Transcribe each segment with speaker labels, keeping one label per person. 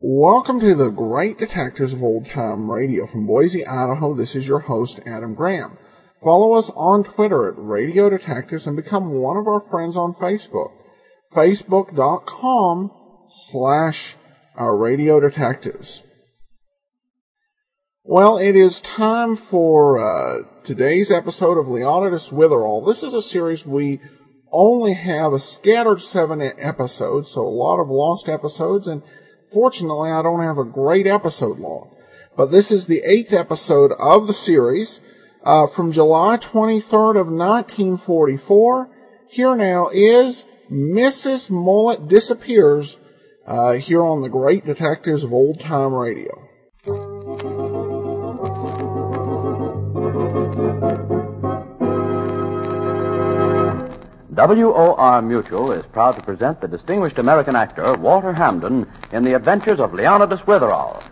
Speaker 1: Welcome to the Great Detectives of Old Time Radio from Boise, Idaho. This is your host, Adam Graham. Follow us on Twitter at Radio Detectives and become one of our friends on Facebook. Facebook.com slash our Radio Detectives. Well, it is time for uh, today's episode of Leonidas Witherall. This is a series we only have a scattered seven e-, episodes, so a lot of lost episodes and Fortunately, I don't have a great episode log, but this is the eighth episode of the series uh, from July 23rd of 1944. Here now is Mrs. Mullet Disappears uh, here on the Great Detectives of Old Time Radio.
Speaker 2: WOR Mutual is proud to present the distinguished American actor Walter Hamden in The Adventures of Leonidas Witherall.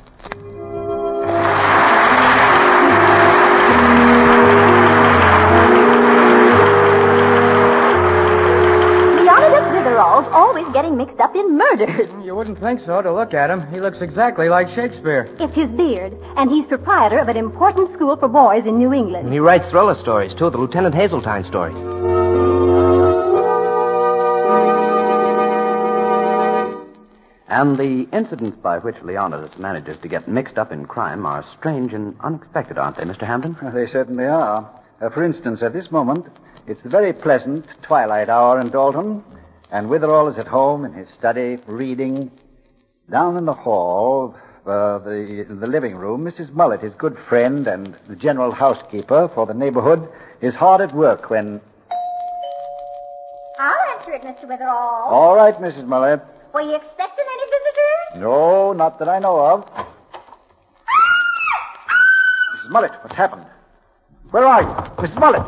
Speaker 3: Leonidas Witherall's always getting mixed up in murders.
Speaker 4: You wouldn't think so to look at him. He looks exactly like Shakespeare.
Speaker 3: It's his beard, and he's proprietor of an important school for boys in New England.
Speaker 5: He writes thriller stories, too, the Lieutenant Hazeltine stories.
Speaker 2: And the incidents by which Leonidas manages to get mixed up in crime are strange and unexpected, aren't they, Mr. Hamden?
Speaker 4: They certainly are. Uh, for instance, at this moment, it's the very pleasant twilight hour in Dalton, and Witherall is at home in his study, reading. Down in the hall, uh, the, the living room, Mrs. Mullet, his good friend and the general housekeeper for the neighborhood, is hard at work when.
Speaker 6: I'll answer it, Mr. Witherall.
Speaker 4: All right, Mrs. Mullet.
Speaker 6: Were you expecting any visitors?
Speaker 4: No, not that I know of. Mrs. Mullet, what's happened? Where are you? Mrs. Mullet!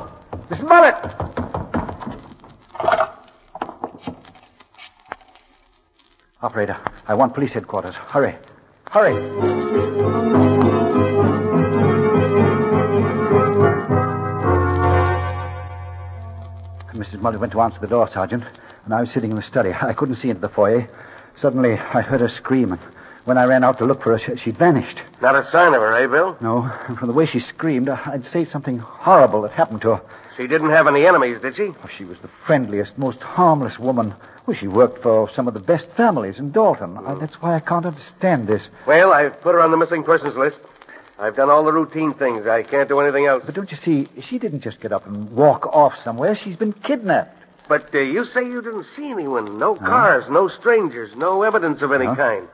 Speaker 4: Mrs. Mullet! Operator, I want police headquarters. Hurry. Hurry. Mrs. Mullet went to answer the door, Sergeant, and I was sitting in the study. I couldn't see into the foyer. Suddenly, I heard her scream, and when I ran out to look for her, she, she'd vanished.
Speaker 7: Not a sign of her, eh, Bill?
Speaker 4: No, and from the way she screamed, I- I'd say something horrible had happened to her.
Speaker 7: She didn't have any enemies, did she?
Speaker 4: Oh, she was the friendliest, most harmless woman. Well, she worked for some of the best families in Dalton. I- that's why I can't understand this.
Speaker 7: Well, I've put her on the missing persons list. I've done all the routine things. I can't do anything else.
Speaker 4: But don't you see, she didn't just get up and walk off somewhere. She's been kidnapped.
Speaker 7: But uh, you say you didn't see anyone. No cars, no strangers, no evidence of any kind.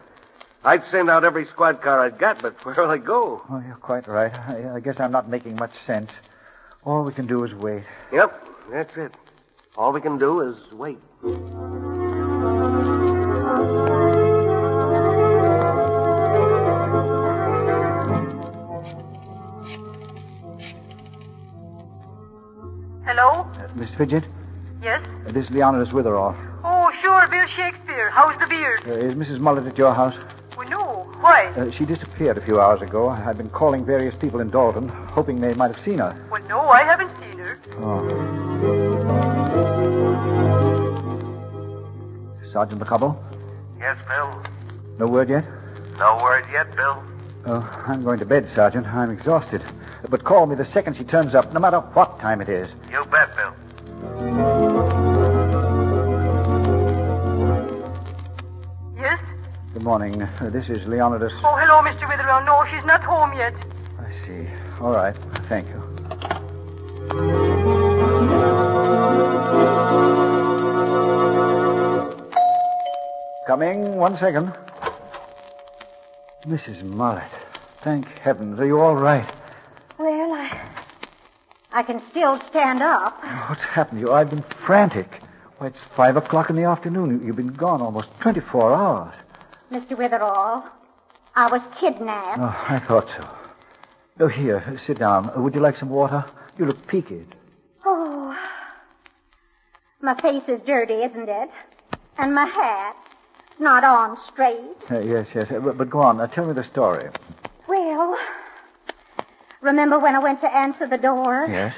Speaker 7: I'd send out every squad car I'd got, but where'll I go?
Speaker 4: Oh, you're quite right. I, I guess I'm not making much sense. All we can do is wait.
Speaker 7: Yep, that's it. All we can do is wait.
Speaker 8: Hello?
Speaker 4: Uh, Miss Fidget,
Speaker 8: Yes?
Speaker 4: uh, this is Leonidas Witherall.
Speaker 8: Oh, sure, Bill Shakespeare. How's the beard?
Speaker 4: Uh, is Mrs. Mullet at your house?
Speaker 8: We know. Why?
Speaker 4: Uh, she disappeared a few hours ago. I've been calling various people in Dalton, hoping they might have seen her.
Speaker 8: well, no, I haven't seen her.
Speaker 4: Oh. Sergeant McCubble,
Speaker 7: Yes, Bill.
Speaker 4: no word yet?
Speaker 7: No word yet, Bill.
Speaker 4: Oh, I'm going to bed, Sergeant. I'm exhausted. But call me the second she turns up, no matter what time it is.
Speaker 7: You bet, Bill.
Speaker 8: Yes?
Speaker 4: Good morning. Uh, this is Leonidas.
Speaker 8: Oh, hello, Mr. Witherell. No, she's not home yet.
Speaker 4: I see. All right. Thank you. Coming. One second. Mrs. Mullet. Thank heavens. Are you all right?
Speaker 6: Well, I. I can still stand up.
Speaker 4: What's happened to you? I've been frantic. Why, it's five o'clock in the afternoon. You- You've been gone almost 24 hours.
Speaker 6: Mr. Witherall, I was kidnapped.
Speaker 4: Oh, I thought so. Oh, here, sit down. Uh, Would you like some water? You look peaked.
Speaker 6: Oh. My face is dirty, isn't it? And my hat. It's not on straight.
Speaker 4: Uh, yes, yes. uh, But, but go on. Uh, tell me the story.
Speaker 6: Well, remember when I went to answer the door?
Speaker 4: Yes.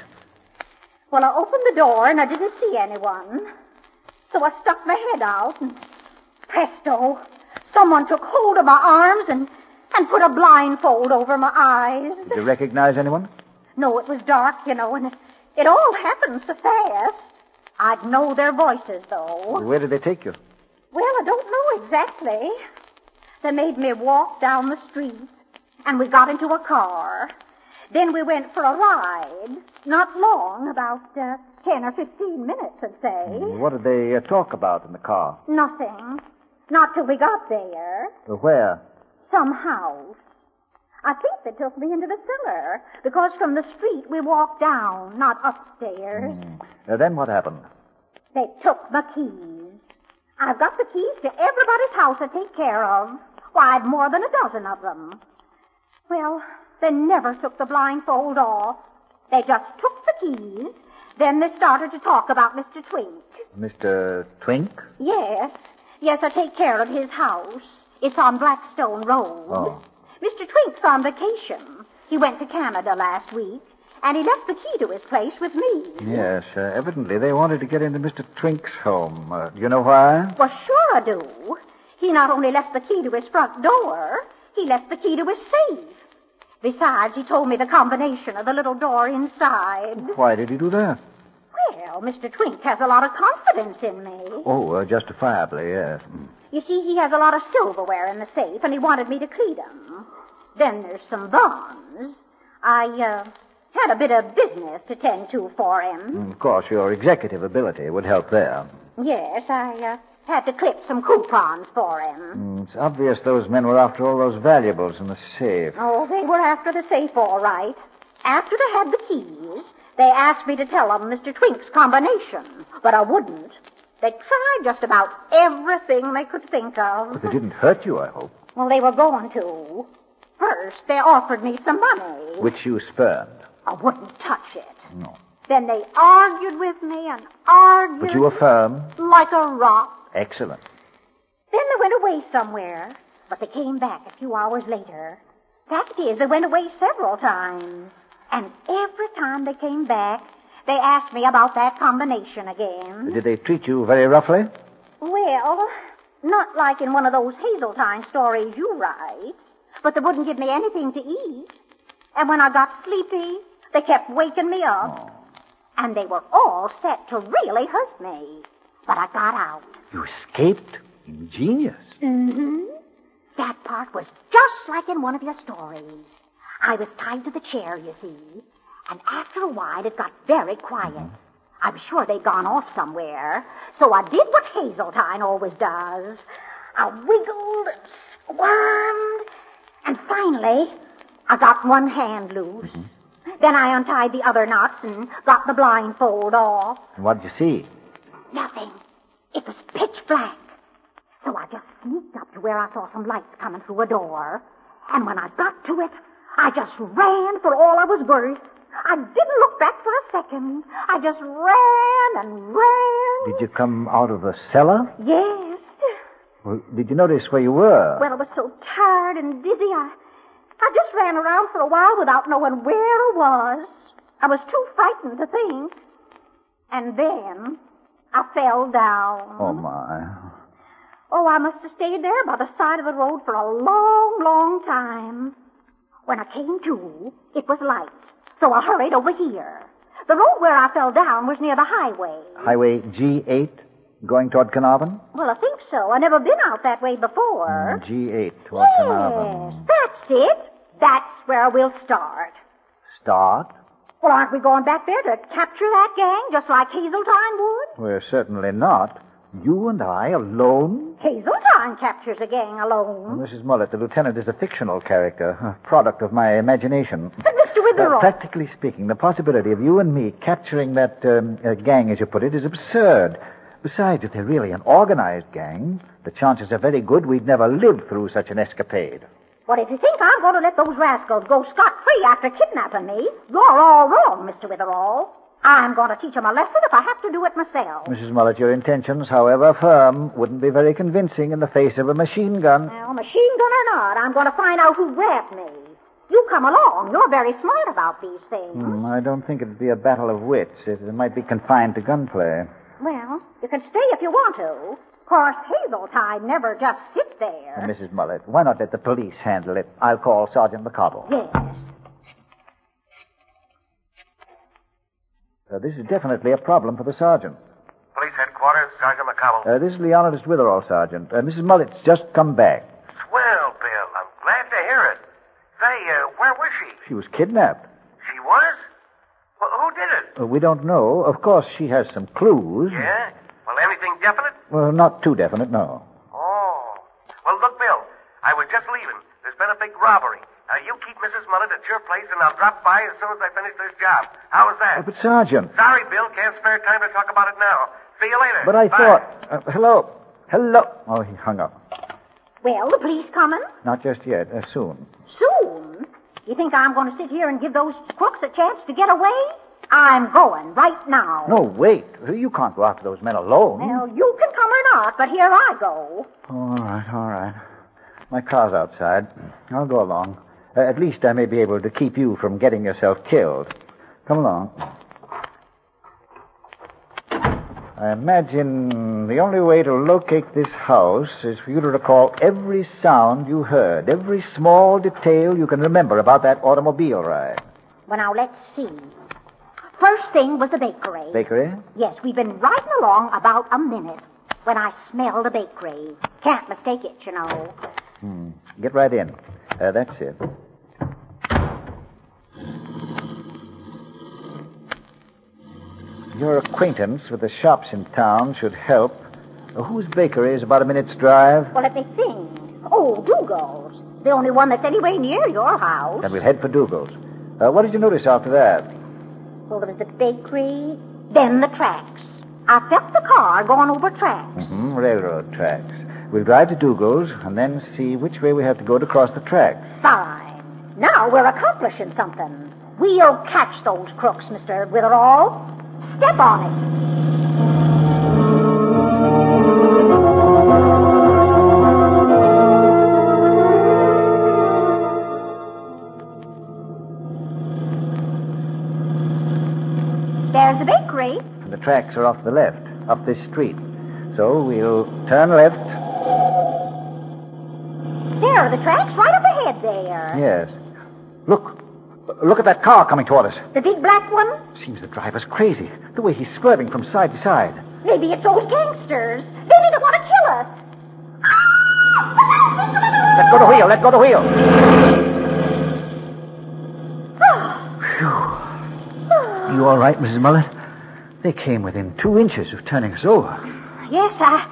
Speaker 6: Well, I opened the door and I didn't see anyone. So I stuck my head out and presto, someone took hold of my arms and, and put a blindfold over my eyes.
Speaker 4: Did you recognize anyone?
Speaker 6: No, it was dark, you know, and it, it all happened so fast. I'd know their voices, though.
Speaker 4: Where did they take you?
Speaker 6: Well, I don't know exactly. They made me walk down the street, and we got into a car. Then we went for a ride. Not long, about uh, 10 or 15 minutes, I'd say.
Speaker 4: What did they uh, talk about in the car?
Speaker 6: Nothing. Not till we got there.
Speaker 4: Uh, Where?
Speaker 6: Some house. I think they took me into the cellar, because from the street we walked down, not upstairs.
Speaker 4: Uh, then what happened?
Speaker 6: They took my keys. I've got the keys to everybody's house I take care of. Why, I'd more than a dozen of them. Well, they never took the blindfold off. They just took the keys. Then they started to talk about Mr. Twink.
Speaker 4: Mr. Twink?
Speaker 6: Yes, yes, I take care of his house. It's on Blackstone Road.
Speaker 4: Oh.
Speaker 6: Mr. Twink's on vacation. He went to Canada last week, and he left the key to his place with me.
Speaker 4: Yes, uh, evidently they wanted to get into Mr. Twink's home. Uh, do you know why?
Speaker 6: Well, sure I do. He not only left the key to his front door, he left the key to his safe. Besides, he told me the combination of the little door inside.
Speaker 4: Why did he do that?
Speaker 6: Well, Mr. Twink has a lot of confidence in me.
Speaker 4: Oh, uh, justifiably, yes. Mm.
Speaker 6: You see, he has a lot of silverware in the safe, and he wanted me to clean 'em. Then there's some bonds. I, uh, had a bit of business to tend to for him.
Speaker 4: Of course, your executive ability would help there.
Speaker 6: Yes, I, uh, had to clip some coupons for him.
Speaker 4: Mm, It's obvious those men were after all those valuables in the safe.
Speaker 6: Oh, they were after the safe, all right. After they had the keys, they asked me to tell 'em Mr. Twink's combination, but I wouldn't. They tried just about everything they could think of.
Speaker 4: But they didn't hurt you, I hope.
Speaker 6: Well, they were going to. First, they offered me some money.
Speaker 4: Which you spurned.
Speaker 6: I wouldn't touch it.
Speaker 4: No.
Speaker 6: Then they argued with me and argued
Speaker 4: But you were firm.
Speaker 6: like a rock.
Speaker 4: Excellent.
Speaker 6: Then they went away somewhere, but they came back a few hours later. Fact is, they went away several times. And every time they came back, they asked me about that combination again.
Speaker 4: Did they treat you very roughly?
Speaker 6: Well, not like in one of those Hazeltine stories you write, but they wouldn't give me anything to eat. And when I got sleepy, they kept waking me up. And they were all set to really hurt me. But I got out.
Speaker 4: You escaped? Ingenious.
Speaker 6: Mm-hmm. That part was just like in one of your stories. I was tied to the chair, you see, and after a while it got very quiet. I'm sure they'd gone off somewhere, so I did what Hazeltine always does. I wiggled and squirmed, and finally I got one hand loose. Then I untied the other knots and got the blindfold off.
Speaker 4: And what did you see?
Speaker 6: Nothing. It was pitch black. So I just sneaked up to where I saw some lights coming through a door. And when I got to it, I just ran for all I was worth. I didn't look back for a second. I just ran and ran.
Speaker 4: Did you come out of the cellar?
Speaker 6: Yes.
Speaker 4: Well, did you notice where you were?
Speaker 6: Well, I was so tired and dizzy, I, I just ran around for a while without knowing where I was. I was too frightened to think. And then I fell down.
Speaker 4: oh, my.
Speaker 6: Oh, I must have stayed there by the side of the road for a long, long time. When I came to, it was light, so I hurried over here. The road where I fell down was near the highway.
Speaker 4: Highway G8 going toward Carnarvon?
Speaker 6: Well, I think so. I never been out that way before.
Speaker 4: G8 toward
Speaker 6: Yes,
Speaker 4: Carnarvon.
Speaker 6: that's it. That's where we'll start.
Speaker 4: Start?
Speaker 6: Well, aren't we going back there to capture that gang just like Hazeltine would?
Speaker 4: We're certainly not. You and I alone?
Speaker 6: Hazeltine captures a gang alone.
Speaker 4: Mrs. Mullet, the lieutenant is a fictional character, a product of my imagination.
Speaker 6: But Mr.
Speaker 4: Uh,
Speaker 6: Witherall,
Speaker 4: practically speaking, the possibility of you and me capturing that um, uh, gang, as you put it, is absurd. Besides, if they're really an organized gang, the chances are very good we'd never live through such an escapade.
Speaker 6: But if you think I'm going to let those rascals go scot-free after kidnapping me, you're all wrong, Mr. Witherall. I'm going to teach 'em a lesson if I have to do it myself.
Speaker 4: Mrs. Mullet, your intentions, however firm, wouldn't be very convincing in the face of a machine gun.
Speaker 6: Now, machine gun or not, I'm going to find out who grabbed me. You come along. You're very smart about these things.
Speaker 4: Hmm, I don't think it'd be a battle of wits. It it might be confined to gunplay.
Speaker 6: Well, you can stay if you want to. Of course, Hazeltine never just sit there.
Speaker 4: And Mrs. Mullet, why not let the police handle it? I'll call Sergeant McCobble.
Speaker 6: Yes.
Speaker 4: Uh, this is definitely a problem for the sergeant.
Speaker 7: Police headquarters, Sergeant McCobble.
Speaker 4: Uh, this is Leonidas Witherall, Sergeant. Uh, Mrs. Mullet's just come back.
Speaker 7: Swell, Bill. I'm glad to hear it. Say, uh, where was she?
Speaker 4: She was kidnapped.
Speaker 7: She was? Well, who did it?
Speaker 4: Uh, we don't know. Of course, she has some clues.
Speaker 8: Eh?
Speaker 7: Yeah? Well, anything definite?
Speaker 4: Well, not too definite, no.
Speaker 7: Oh. Well, look, Bill. I was just leaving. There's been a big robbery. Now, you keep Mrs. Mullet at your place, and I'll drop by as soon as I finish this job. How is
Speaker 4: Uh,
Speaker 7: that?
Speaker 4: but, Sergeant.
Speaker 7: Sorry, Bill. Can't spare time to talk about it now. See you later.
Speaker 4: But I
Speaker 7: Bye.
Speaker 4: thought. Uh, hello. Hello. Oh, he hung up.
Speaker 6: Well, the police coming?
Speaker 4: Not just yet. Uh, soon.
Speaker 6: Soon. You think I'm going to sit here and give those crooks a chance to get away? I'm going right now.
Speaker 4: No, wait. You can't go after those men alone.
Speaker 6: Well, you can come or not, but here I go.
Speaker 4: All right, all right. My car's outside. I'll go along. Uh, at least I may be able to keep you from getting yourself killed. Come along. I imagine the only way to locate this house is for you to recall every sound you heard, every small detail you can remember about that automobile ride.
Speaker 6: Well, now let's see. First thing was the bakery.
Speaker 4: Bakery?
Speaker 6: yes, we've been riding along about a minute when I smelled the bakery. Can't mistake it, you know.
Speaker 4: Hmm. Get right in. Uh, that's it. Your acquaintance with the shops in town should help. Uh, whose bakery is about a minute's drive?
Speaker 6: Well, let me think. Oh, Dougal's. The only one that's anywhere near your house.
Speaker 4: Then we'll head for Dougal's. Uh, what did you notice after that?
Speaker 6: Well, there was the bakery, then the tracks. I felt the car going over tracks.
Speaker 4: hmm railroad tracks. We'll drive to Dougal's and then see which way we have to go to cross the tracks.
Speaker 6: Fine. Now we're accomplishing something. We'll catch those crooks, Mr. Witherall. Step on it. There's the bakery.
Speaker 4: And the tracks are off the left, up this street. So we'll turn left
Speaker 6: There are the tracks right up ahead there.
Speaker 4: Yes. Look. Look at that car coming toward us.
Speaker 6: The big black one?
Speaker 4: Seems the driver's crazy. The way he's swerving from side to side.
Speaker 6: Maybe it's those gangsters. They didn't want to kill us.
Speaker 4: Let go the wheel. Let go the wheel. Phew. You all right, Mrs. Mullet? They came within two inches of turning us over.
Speaker 6: Yes, I,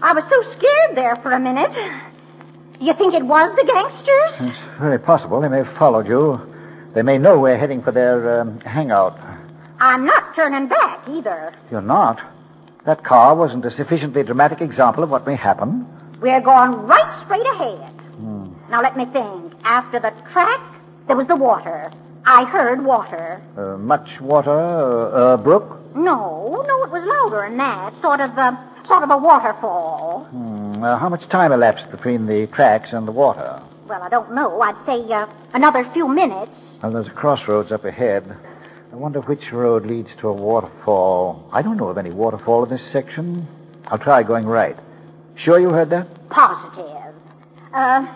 Speaker 6: I was so scared there for a minute. Do you think it was the gangsters?
Speaker 4: It's very possible they may have followed you. They may know we're heading for their um, hangout.
Speaker 6: I'm not turning back either.
Speaker 4: You're not. That car wasn't a sufficiently dramatic example of what may happen.
Speaker 6: We're going right straight ahead. Now let me think. After the track, there was the water. I heard water.
Speaker 4: Uh, much water, uh, uh, brook.
Speaker 6: No, no, it was louder than that. Sort of a, sort of a waterfall.
Speaker 4: Hmm, uh, how much time elapsed between the tracks and the water?
Speaker 6: Well, I don't know. I'd say uh, another few minutes.
Speaker 4: Well, there's a crossroads up ahead. I wonder which road leads to a waterfall. I don't know of any waterfall in this section. I'll try going right. Sure you heard that?
Speaker 6: Positive. Uh,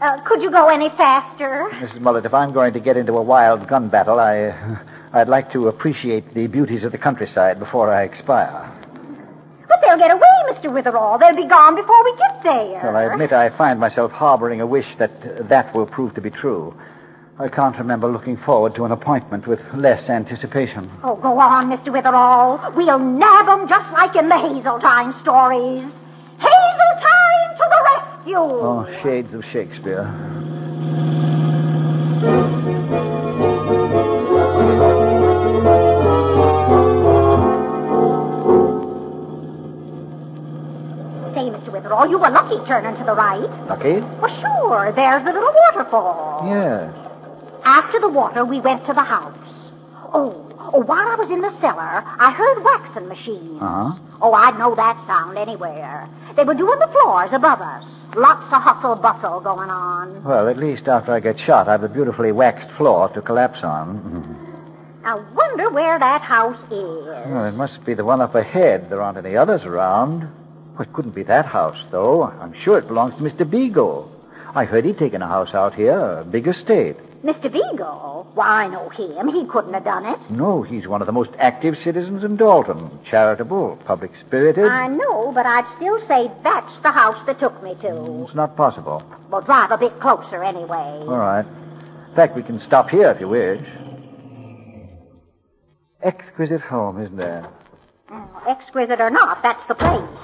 Speaker 6: uh, could you go any faster?
Speaker 4: Mrs. Mullet, if I'm going to get into a wild gun battle, I, I'd like to appreciate the beauties of the countryside before I expire.
Speaker 6: But they'll get away, Mr. Witherall. They'll be gone before we get there.
Speaker 4: Well, I admit I find myself harboring a wish that uh, that will prove to be true. I can't remember looking forward to an appointment with less anticipation.
Speaker 6: Oh, go on, Mr. Witherall. We'll nab 'em just like in the Hazeltine stories. Hazeltine to the rescue!
Speaker 4: Oh, shades of Shakespeare.
Speaker 6: Say, Mr. Witherall, Oh, you were lucky turning to the right.
Speaker 4: Lucky?
Speaker 6: Well, sure, there's the little waterfall.
Speaker 4: Yes.
Speaker 6: After the water, we went to the house. Oh, oh while I was in the cellar, I heard waxing machines.
Speaker 4: Uh-huh.
Speaker 6: Oh, I'd know that sound anywhere. They were doing the floors above us. Lots of hustle bustle going on.
Speaker 4: Well, at least after I get shot, I've a beautifully waxed floor to collapse on. Mm-hmm.
Speaker 6: I wonder where that house is.
Speaker 4: Well, it must be the one up ahead. There aren't any others around. Well, it couldn't be that house, though. I'm sure it belongs to Mr. Beagle. I heard he'd taken a house out here, a big estate.
Speaker 6: Mr. Beagle? Why, I know him. He couldn't have done it.
Speaker 4: No, he's one of the most active citizens in Dalton. Charitable, public spirited.
Speaker 6: I know, but I'd still say that's the house that took me to.
Speaker 4: It's not possible.
Speaker 6: Well, drive a bit closer anyway.
Speaker 4: All right. In fact, we can stop here if you wish. Exquisite home, isn't there?
Speaker 6: Oh, exquisite or not, that's the place.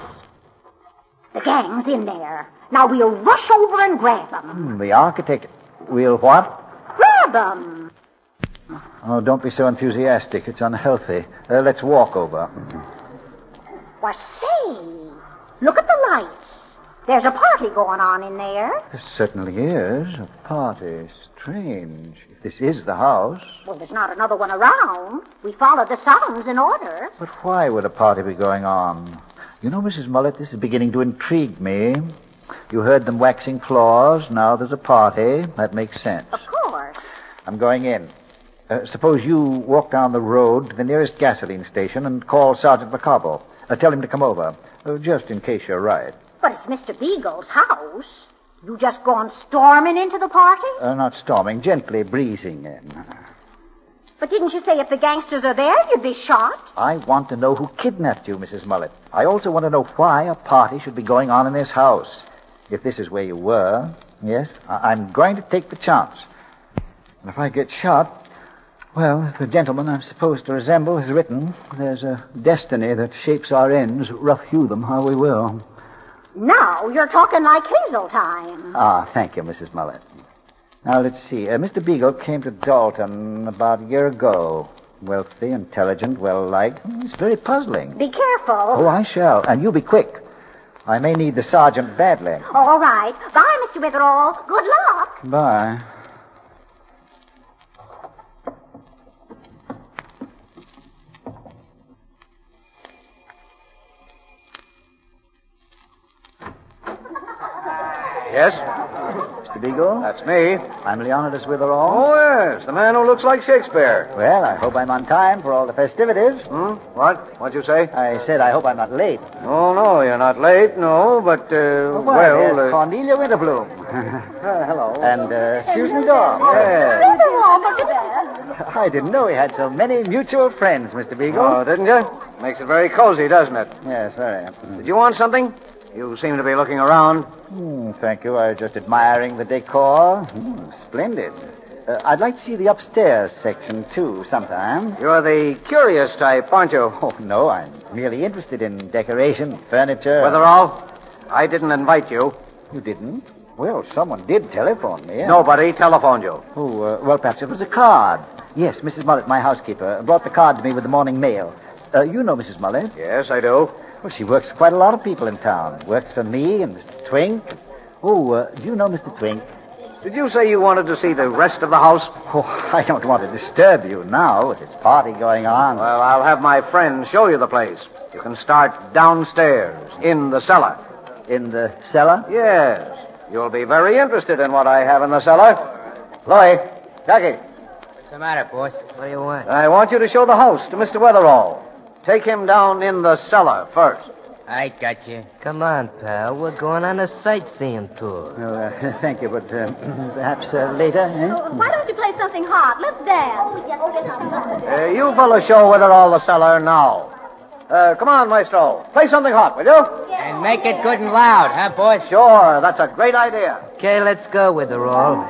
Speaker 6: The gang's in there. Now we'll rush over and grab 'em.
Speaker 4: Hmm, The architect will what?
Speaker 6: Grab 'em!
Speaker 4: Oh, don't be so enthusiastic. It's unhealthy. Uh, let's walk over.
Speaker 6: Why, say, look at the lights. There's a party going on in there.
Speaker 4: There certainly is. A party. Strange. If this is the house.
Speaker 6: Well, there's not another one around. We followed the sounds in order.
Speaker 4: But why would a party be going on? You know, Mrs. Mullet, this is beginning to intrigue me. You heard them waxing floors. Now there's a party. That makes sense.
Speaker 6: Of course.
Speaker 4: I'm going in. Uh, suppose you walk down the road to the nearest gasoline station and call Sergeant McCobble. Uh, tell him to come over, uh, just in case you're right.
Speaker 6: But it's Mr. Beagle's house. You just gone storming into the party?
Speaker 4: Uh, not storming, gently breezing in.
Speaker 6: But didn't you say if the gangsters are there, you'd be shot?
Speaker 4: I want to know who kidnapped you, Mrs. Mullet. I also want to know why a party should be going on in this house. If this is where you were, yes, I- I'm going to take the chance. And if I get shot, well, as the gentleman I'm supposed to resemble has written, there's a destiny that shapes our ends, rough hew them how we will.
Speaker 6: Now you're talking like Hazeltine.
Speaker 4: Ah, thank you, Mrs. Mullet. Now, let's see. Uh, Mr. Beagle came to Dalton about a year ago. Wealthy, intelligent, well liked. It's very puzzling.
Speaker 6: Be careful.
Speaker 4: Oh, I shall. And you be quick. I may need the sergeant badly.
Speaker 6: All right. Bye, Mr. Witherall. Good luck.
Speaker 4: Bye.
Speaker 7: Yes?
Speaker 4: Mr. Beagle?
Speaker 7: That's me.
Speaker 4: I'm Leonidas Witherall.
Speaker 7: Oh, yes, the man who looks like Shakespeare.
Speaker 4: Well, I hope I'm on time for all the festivities.
Speaker 7: Hmm? What? What'd you say?
Speaker 4: I said I hope I'm not late.
Speaker 7: Oh, no, you're not late, no, but, uh,
Speaker 4: Oh, Why,
Speaker 7: well...
Speaker 4: there's
Speaker 7: uh,
Speaker 4: Cornelia Winterbloom. hello. And uh, Susan Daw.
Speaker 7: Yes.
Speaker 6: Witherall, look at that.
Speaker 4: I didn't know we had so many mutual friends, Mr. Beagle.
Speaker 7: Oh, didn't you? Makes it very cozy, doesn't it?
Speaker 4: yes, very.
Speaker 7: Did you want something? You seem to be looking around.
Speaker 4: Hmm, thank you. I was just admiring the decor. Hmm, splendid. Uh, I'd like to see the upstairs section, too, sometime.
Speaker 7: You're the curious type, aren't you?
Speaker 4: Oh, no, I'm merely interested in decoration, furniture.
Speaker 7: Wetherall, I didn't invite you.
Speaker 4: You didn't? Well, someone did telephone me.
Speaker 7: Nobody telephoned you.
Speaker 4: Oh, uh, well, perhaps it was a card. Yes, Mrs. Mullet, my housekeeper, brought the card to me with the morning mail. Uh, you know Mrs. Mullet.
Speaker 7: Yes, I do.
Speaker 4: Well, she works for quite a lot of people in town. Works for me and Mr. Twink. Oh, uh, do you know Mr. Twink?
Speaker 7: Did you say you wanted to see the rest of the house?
Speaker 4: Oh, I don't want to disturb you now with this party going on.
Speaker 7: Well, I'll have my friend show you the place. You can start downstairs, in the cellar.
Speaker 4: in the cellar?
Speaker 7: Yes. You'll be very interested in what I have in the cellar. Lloyd, Ducky,
Speaker 5: What's the matter, boss? What do you want?
Speaker 7: I want you to show the house to Mr. Weatherall. Take him down in the cellar first.
Speaker 5: I got you. Come on, pal. We're going on a sightseeing tour.
Speaker 4: Well, uh, thank you, but uh, perhaps uh, later, eh?
Speaker 3: Why don't you play something hot? Let's dance.
Speaker 6: Oh, yes, yes.
Speaker 7: Uh, you fellas show Weatherall the cellar now. Uh, come on, Maestro. Play something hot, will you?
Speaker 5: And make it good and loud, huh, boss?
Speaker 7: Sure, that's a great idea.
Speaker 5: Okay, let's go, Witherall.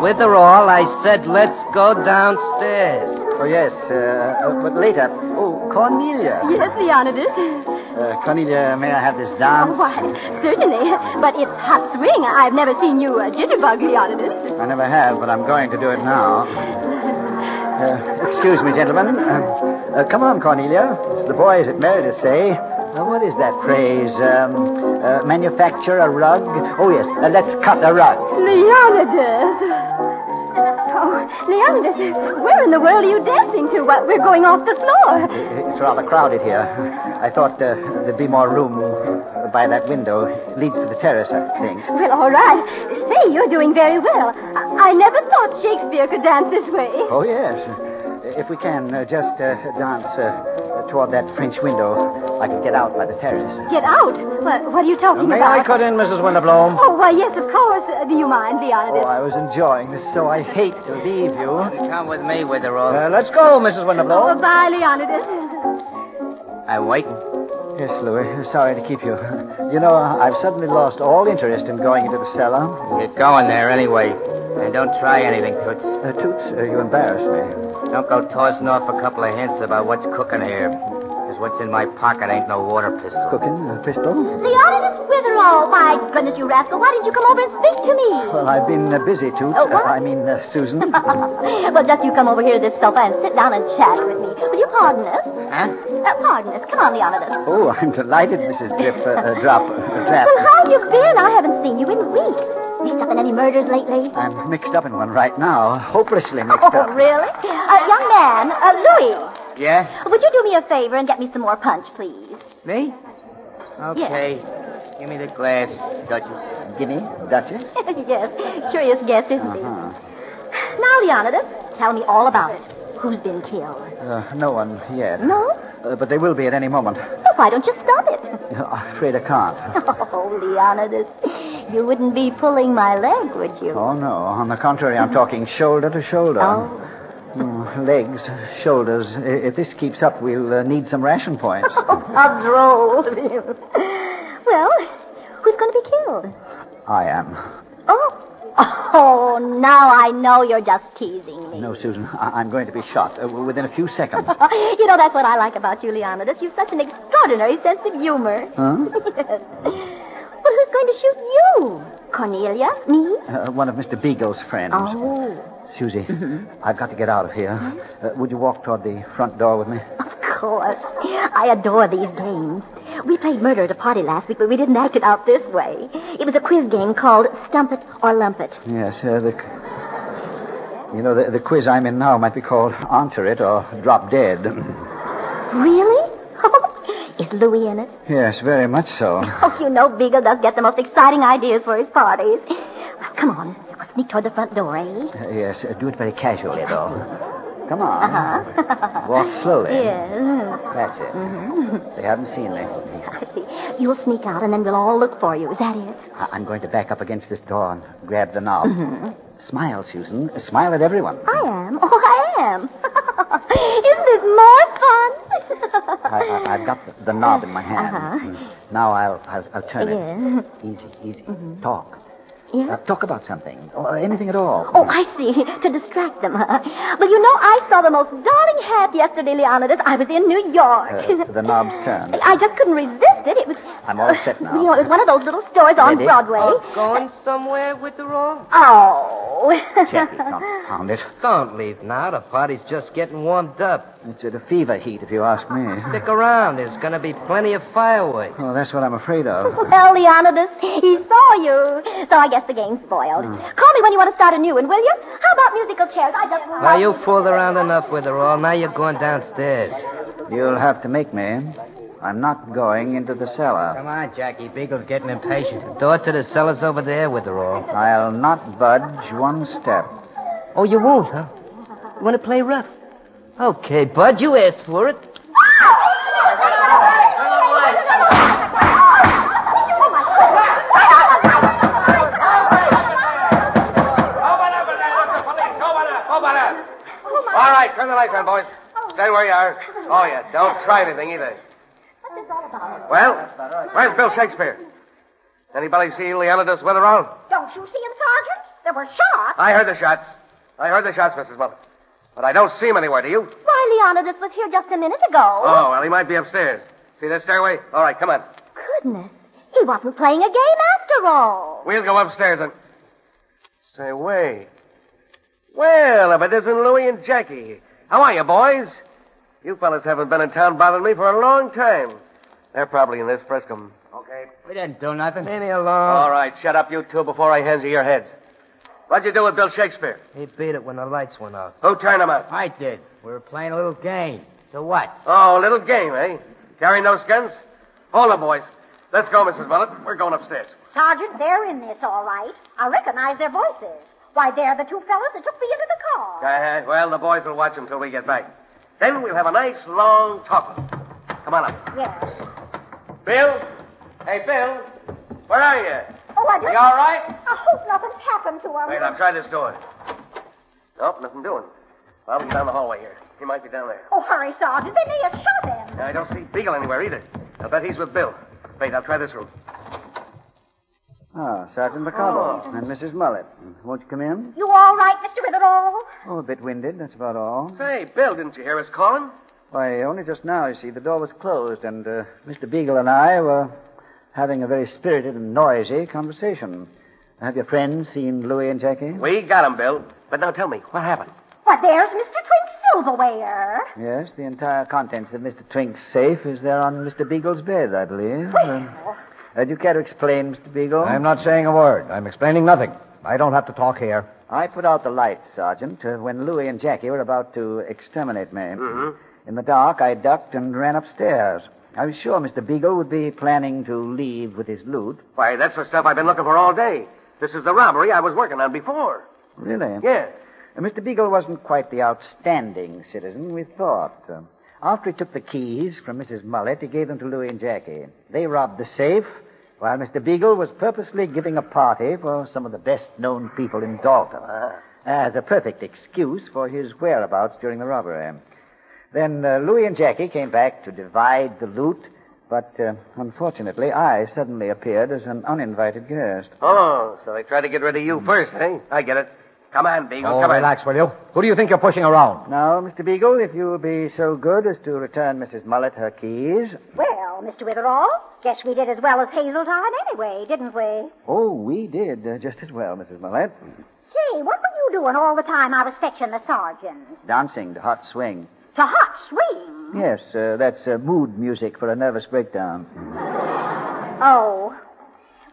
Speaker 5: Witherall, I said let's go downstairs.
Speaker 4: Oh, yes, uh, uh, but later. Oh, Cornelia.
Speaker 3: Yes, Leonidas.
Speaker 4: Uh, Cornelia, may I have this dance?
Speaker 3: Why, certainly. But it's hot swing. I've never seen you uh, jitterbug, Leonidas.
Speaker 4: I never have, but I'm going to do it now. Um, Uh, excuse me, gentlemen. Uh, uh, come on, Cornelia. It's the boys that married us, say. Uh, what is that phrase? Um, uh, manufacture a rug? Oh, yes, uh, let's cut a rug.
Speaker 3: Leonidas! Oh, Leonidas, where in the world are you dancing to? What, we're going off the floor.
Speaker 4: It's rather crowded here. I thought uh, there'd be more room by that window. Leads to the terrace, I think.
Speaker 3: Well, all right. Say, you're doing very well. I, I never thought Shakespeare could dance this way.
Speaker 4: Oh, yes. If we can, uh, just uh, dance uh, toward that French window. I can get out by the terrace.
Speaker 3: Get out. What, what are you talking
Speaker 4: May
Speaker 3: about?
Speaker 4: I cut in, Mrs. Winterblom?
Speaker 3: Oh, why, yes, of course. Uh, Do you mind,
Speaker 4: Oh,
Speaker 3: Leonidas?
Speaker 4: I was enjoying this, so I hate to leave you.
Speaker 5: Come with me, Witherall.
Speaker 4: Uh, let's go, Mrs.
Speaker 3: Oh,
Speaker 4: Winterblom.
Speaker 3: bye, Leonidas.
Speaker 5: I'm waiting.
Speaker 4: Yes, Louis. I'm Sorry to keep you. You know, I- Uh, I've suddenly lost all interest in going into the cellar.
Speaker 5: Get going there anyway. And don't try anything, Toots.
Speaker 4: Uh, Toots, uh, you embarrass me.
Speaker 5: Don't go tossing off a couple of hints about what's cooking here. Because what's in my pocket ain't no water pistol.
Speaker 4: Cooking, uh, pistol?
Speaker 3: Leonidas Witherall. My goodness, you rascal. Why didn't you come over and speak to me?
Speaker 4: Well, I've been uh, busy, Toots.
Speaker 3: Oh, what?
Speaker 4: Uh, I mean, uh, Susan.
Speaker 3: well, just you come over here to this sofa and sit down and chat with me. Will you pardon us?
Speaker 5: Huh?
Speaker 3: Uh, pardon us. Come on, Leonidas.
Speaker 4: oh, I'm delighted, Mrs. Drip, uh, uh, Drop, uh, Drap.
Speaker 3: Well, how have you been? I haven't seen you in weeks. Mixed up in any murders lately?
Speaker 4: I'm mixed up in one right now, hopelessly mixed
Speaker 3: Oh,
Speaker 4: up.
Speaker 3: really? Uh, young man, uh, Louis,
Speaker 5: Yeah?
Speaker 3: would you do me a favor and get me some more punch, please?
Speaker 5: Me? Okay. Give me the glass, Duchess.
Speaker 4: Gimme, Duchess.
Speaker 3: yes, curious guess, isn't it?
Speaker 4: Uh-huh.
Speaker 3: Now, Leonidas, tell me all about it. Who's been killed?
Speaker 4: Uh, no one yet.
Speaker 3: No?
Speaker 4: Uh, but they will be at any moment.
Speaker 3: Well, why don't you stop it?
Speaker 4: I'm afraid I can't.
Speaker 3: Oh, Leonidas, you wouldn't be pulling my leg, would you?
Speaker 4: Oh, no. On the contrary, I'm talking shoulder to shoulder.
Speaker 3: Oh.
Speaker 4: Mm, legs, shoulders. I- If this keeps up, we'll uh, need some ration points.
Speaker 3: How droll of you. Well, who's going to be killed?
Speaker 4: I am.
Speaker 3: Oh. Oh, now I know you're just teasing me.
Speaker 4: No, Oh, Susan, I- I'm going to be shot uh, w- within a few seconds.
Speaker 3: you know, that's what I like about you, Leonidas. You've such an extraordinary sense of humor.
Speaker 4: Huh?
Speaker 3: yes. Well, who's going to shoot you? Cornelia? Me?
Speaker 4: Uh, one of Mr. Beagle's friends.
Speaker 3: Oh,
Speaker 4: Susie, I've got to get out of here. Uh, would you walk toward the front door with me?
Speaker 3: Oh, of course. I adore these games. We played murder at a party last week, but we didn't act it out this way. It was a quiz game called Stump It or Lump It.
Speaker 4: Yes, uh, the. You know, the, the quiz I'm in now might be called Answer It or Drop Dead.
Speaker 3: Really? Is Louis in it?
Speaker 4: yes, very much so.
Speaker 3: Oh, you know Beagle does get the most exciting ideas for his parties. Well, come on. We'll sneak toward the front door, eh?
Speaker 4: Uh, yes, uh, do it very casually, though. Come on. Walk slowly.
Speaker 3: Yes.
Speaker 4: That's it. They haven't seen me.
Speaker 3: I see. You'll sneak out and then we'll all look for you. Is that it?
Speaker 4: I- I'm going to back up against this door and grab the knob. Smile, Susan. Smile at everyone.
Speaker 3: I am. Oh, I am. Isn't this more fun?
Speaker 4: I, I, I've got the, the knob in my hand. Mm. Now I'll, I'll, I'll turn
Speaker 3: Yes.
Speaker 4: it. Easy, easy. Talk.
Speaker 3: Mm-hmm. Yeah?
Speaker 4: Uh, talk about something, or anything at all.
Speaker 3: Oh, I see. To distract them. Huh? Well, you know, I saw the most darling hat yesterday, Leonidas. I was in New York.
Speaker 4: Uh, the knob's turned.
Speaker 3: I just couldn't resist it. It was.
Speaker 4: I'm all set now.
Speaker 3: You know, it was one of those little stores on
Speaker 4: Ready?
Speaker 3: Broadway.
Speaker 5: Going somewhere, Witherall?
Speaker 3: Oh.
Speaker 4: Jackie, confound it.
Speaker 5: Don't leave now. The party's just getting warmed up.
Speaker 4: It's at a fever heat, if you ask me.
Speaker 5: Stick around. There's going to be plenty of fireworks.
Speaker 4: Well, that's what I'm afraid of.
Speaker 3: Well, Leonidas, he saw you. So I guess the game's spoiled.
Speaker 5: Hmm.
Speaker 3: Call me when you want to start a new one, will you? How about musical chairs? I just love
Speaker 5: Now, you fooled around enough, Witherall. Now you're going downstairs.
Speaker 4: You'll have to make me. I'm not going into the cellar.
Speaker 5: Come on, Jackie. Beagle's getting impatient. The door to the cellar's over there, Witherall.
Speaker 4: I'll not budge one step.
Speaker 5: Oh, you won't, huh? You want to play rough? Okay, Bud, you asked for it.
Speaker 7: Open up and then let the police. Open up. Open up. All right, turn the lights on, boys. Stay where you are. Oh, yeah. Don't try anything either. Well, where's Bill Shakespeare? Anybody see Leonidas Witherall?
Speaker 6: Don't you see him, Sergeant? There were shots.
Speaker 7: I heard the shots. I heard the shots, Mrs. Muller. But I don't see him anywhere, do you?
Speaker 3: Why, Leonidas was here just a minute ago.
Speaker 7: Oh, well, he might be upstairs. See that stairway? All right, come on.
Speaker 3: Goodness, he wasn't playing a game after all.
Speaker 7: We'll go upstairs and. Say, wait. Well, if it isn't Louie and Jackie. How are you, boys? You fellas haven't been in town bothering me for a long time. They're probably in this Friscom.
Speaker 5: Okay. We didn't do nothing.
Speaker 9: Leave me alone.
Speaker 5: Oh.
Speaker 7: All right, shut up, you two, before I hands you your heads. What'd you do with Bill Shakespeare?
Speaker 9: He beat it when the lights went out.
Speaker 7: Who turned him out?
Speaker 5: I did. We were playing a little game. So what?
Speaker 7: Oh, a little game, eh? Carrying those guns? Hold on, boys. Let's go, Mrs. Willett. We're going upstairs.
Speaker 6: Sergeant, they're in this, all right. I recognize their voices. Why, they're the two fellows that took me into the car.
Speaker 7: Uh, well, the boys will watch until we get back. Then we'll have a nice long talk. Come on up.
Speaker 6: Yes.
Speaker 7: Bill? Hey, Bill? Where are you?
Speaker 6: Oh, I don't...
Speaker 7: You all right?
Speaker 6: I hope nothing's happened to them.
Speaker 7: Wait, I'll try this door. Nope, nothing doing. Bobby's down the hallway here. He might be down there.
Speaker 6: Oh, hurry, Sergeant. They may have shot him.
Speaker 7: I don't see Beagle anywhere either. I'll bet he's with Bill. Wait, I'll try this room.
Speaker 4: Ah, Sergeant Picardo
Speaker 3: Oh.
Speaker 4: and Mrs. Mullet. Won't you come in?
Speaker 6: You all right, Mr. Witherall?
Speaker 4: Oh, a bit winded, that's about all.
Speaker 7: Say, Bill, didn't you hear us calling?
Speaker 4: Why, only just now, you see, the door was closed, and uh, Mr. Beagle and I were having a very spirited and noisy conversation. Have your friends seen Louis and Jackie?
Speaker 7: We got him, Bill. But now tell me, what happened?
Speaker 6: Why, there's Mr. Twink's silverware.
Speaker 4: Yes, the entire contents of Mr. Twink's safe is there on Mr. Beagle's bed, I believe.
Speaker 6: Well,
Speaker 4: Uh, do you care to explain, Mr. Beagle?
Speaker 9: I'm not saying a word. I'm explaining nothing. I don't have to talk here.
Speaker 4: I put out the lights, Sergeant, uh, when Louis and Jackie were about to exterminate me. In the dark, I ducked and ran upstairs. I was sure Mr. Beagle would be planning to leave with his loot.
Speaker 7: Why, that's the stuff I've been looking for all day. This is the robbery I was working on before.
Speaker 4: Really?
Speaker 7: Yeah.
Speaker 4: Uh, Mr. Beagle wasn't quite the outstanding citizen we thought. Uh, after he took the keys from Mrs. Mullet, he gave them to Louis and Jackie. They robbed the safe, while Mr. Beagle was purposely giving a party for some of the best known people in Dalton as a perfect excuse for his whereabouts during the robbery. Then uh, Louis and Jackie came back to divide the loot, but uh, unfortunately, I suddenly appeared as an uninvited guest.
Speaker 7: Oh, so they tried to get rid of you first, eh? I get it. Come on, Beagle,
Speaker 9: oh,
Speaker 7: come on.
Speaker 9: relax, will you? Who do you think you're pushing around?
Speaker 4: Now, Mr. Beagle, if you will be so good as to return Mrs. Mullet her keys.
Speaker 6: well, Mr. Witherall, guess we did as well as Hazeltine anyway, didn't we?
Speaker 4: Oh, we did uh, just as well, Mrs. Mullet.
Speaker 6: Say, what were you doing all the time I was fetching the sergeant?
Speaker 4: Dancing to hot swing.
Speaker 6: To hot swing?
Speaker 4: Yes, uh, that's uh, mood music for a nervous breakdown.
Speaker 6: Oh.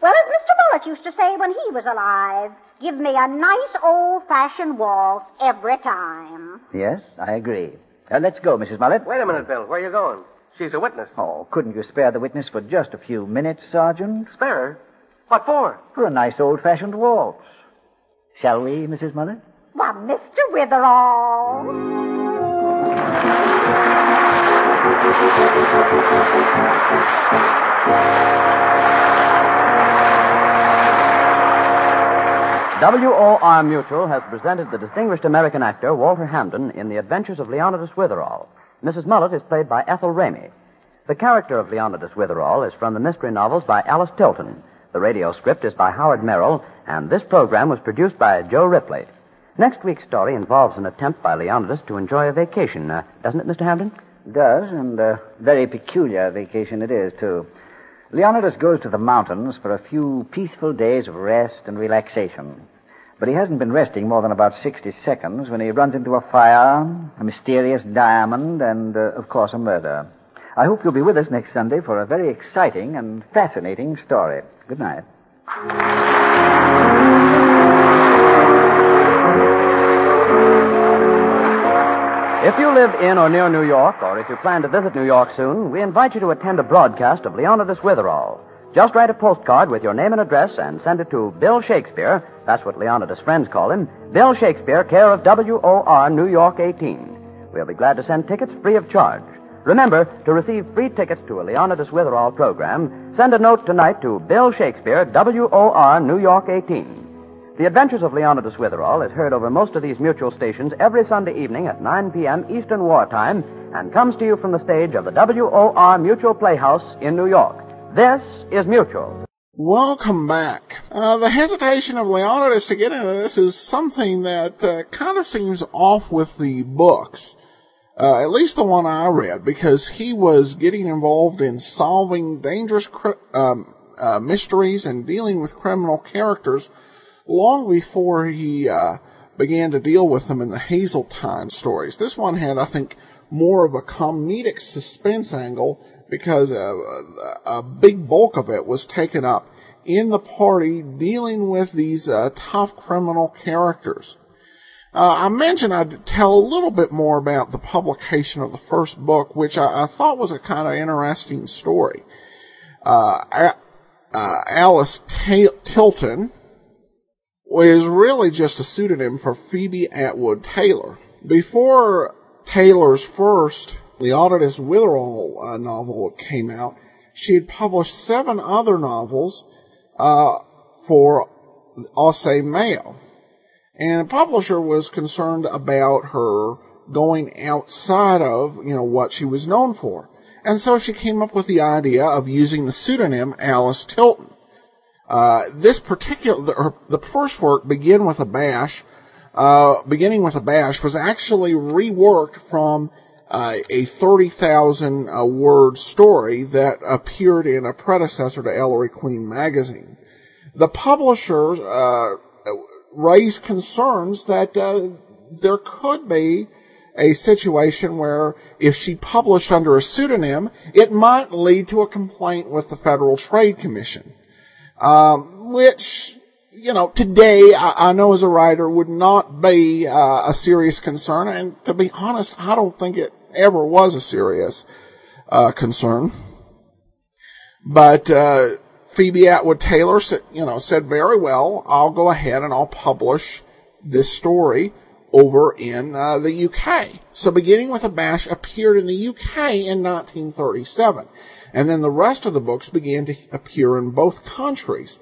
Speaker 6: Well, as Mr. Bullitt used to say when he was alive, give me a nice old-fashioned waltz every time.
Speaker 4: Yes, I agree. Uh, let's go, Mrs. Mullet.
Speaker 7: Wait a minute, Bill. Where are you going? She's a witness.
Speaker 4: Oh, couldn't you spare the witness for just a few minutes, Sergeant?
Speaker 7: Spare her. What for?
Speaker 4: For a nice old-fashioned waltz. Shall we, Mrs. Mullet?
Speaker 6: Why, Mr. Witherall.
Speaker 2: WOR Mutual has presented the distinguished American actor Walter Hamden in The Adventures of Leonidas Witherall. Mrs. Mullet is played by Ethel Ramey. The character of Leonidas Witherall is from the mystery novels by Alice Tilton. The radio script is by Howard Merrill, and this program was produced by Joe Ripley. Next week's story involves an attempt by Leonidas to enjoy a vacation, uh, doesn't it, Mr. Hamden?
Speaker 4: Does, and a very peculiar vacation it is, too. Leonidas goes to the mountains for a few peaceful days of rest and relaxation. But he hasn't been resting more than about 60 seconds when he runs into a fire, a mysterious diamond, and, uh, of course, a murder. I hope you'll be with us next Sunday for a very exciting and fascinating story. Good night.
Speaker 2: If you live in or near New York, or if you plan to visit New York soon, we invite you to attend a broadcast of Leonidas Witherall. Just write a postcard with your name and address and send it to Bill Shakespeare. That's what Leonidas' friends call him. Bill Shakespeare, care of WOR New York 18. We'll be glad to send tickets free of charge. Remember, to receive free tickets to a Leonidas Witherall program, send a note tonight to Bill Shakespeare, WOR New York 18. The Adventures of Leonidas Witherall is heard over most of these mutual stations every Sunday evening at 9 p.m. Eastern Wartime and comes to you from the stage of the WOR Mutual Playhouse in New York. This is Mutual.
Speaker 1: Welcome back. Uh, the hesitation of Leonidas to get into this is something that uh, kind of seems off with the books, uh, at least the one I read, because he was getting involved in solving dangerous cri- um, uh, mysteries and dealing with criminal characters long before he uh, began to deal with them in the Hazeltine stories. This one had, I think, more of a comedic suspense angle because a, a big bulk of it was taken up in the party dealing with these uh, tough criminal characters. Uh, I mentioned I'd tell a little bit more about the publication of the first book, which I, I thought was a kind of interesting story. Uh, a- uh, Alice Ta- Tilton is really just a pseudonym for Phoebe Atwood Taylor. Before Taylor's first The Auditist Witherall uh, novel came out, she had published seven other novels uh, for Aussay Mail. And a publisher was concerned about her going outside of, you know, what she was known for. And so she came up with the idea of using the pseudonym Alice Tilton. Uh, this particular, the, her, the first work, Begin with a Bash, uh, Beginning with a Bash, was actually reworked from uh, a 30,000 uh, word story that appeared in a predecessor to Ellery Queen magazine. The publishers uh, raised concerns that uh, there could be a situation where if she published under a pseudonym, it might lead to a complaint with the Federal Trade Commission. Um, which, you know, today I, I know as a writer would not be uh, a serious concern. And to be honest, I don't think it ever was a serious uh, concern. But uh, Phoebe Atwood Taylor, said, you know, said very well, I'll go ahead and I'll publish this story over in uh, the UK. So beginning with a bash appeared in the UK in 1937, and then the rest of the books began to appear in both countries.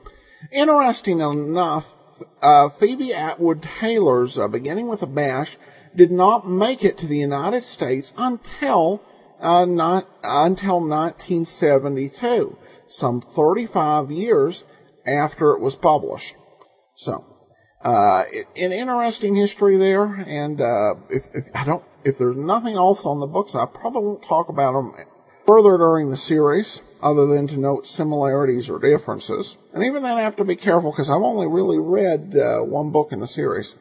Speaker 1: Interesting enough, uh, Phoebe Atwood Taylor's uh, beginning with a bash did not make it to the United States until uh, not until 1972, some 35 years after it was published. So. Uh, an interesting history there, and uh, if, if I don't, if there's nothing else on the books, I probably won't talk about them further during the series, other than to note similarities or differences. And even then, I have to be careful because I've only really read uh, one book in the series.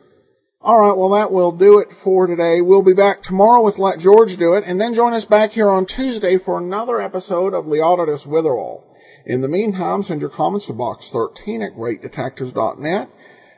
Speaker 1: All right, well, that will do it for today. We'll be back tomorrow with Let George Do It, and then join us back here on Tuesday for another episode of Leodotus Witherall. In the meantime, send your comments to box13 at greatdetectives.net.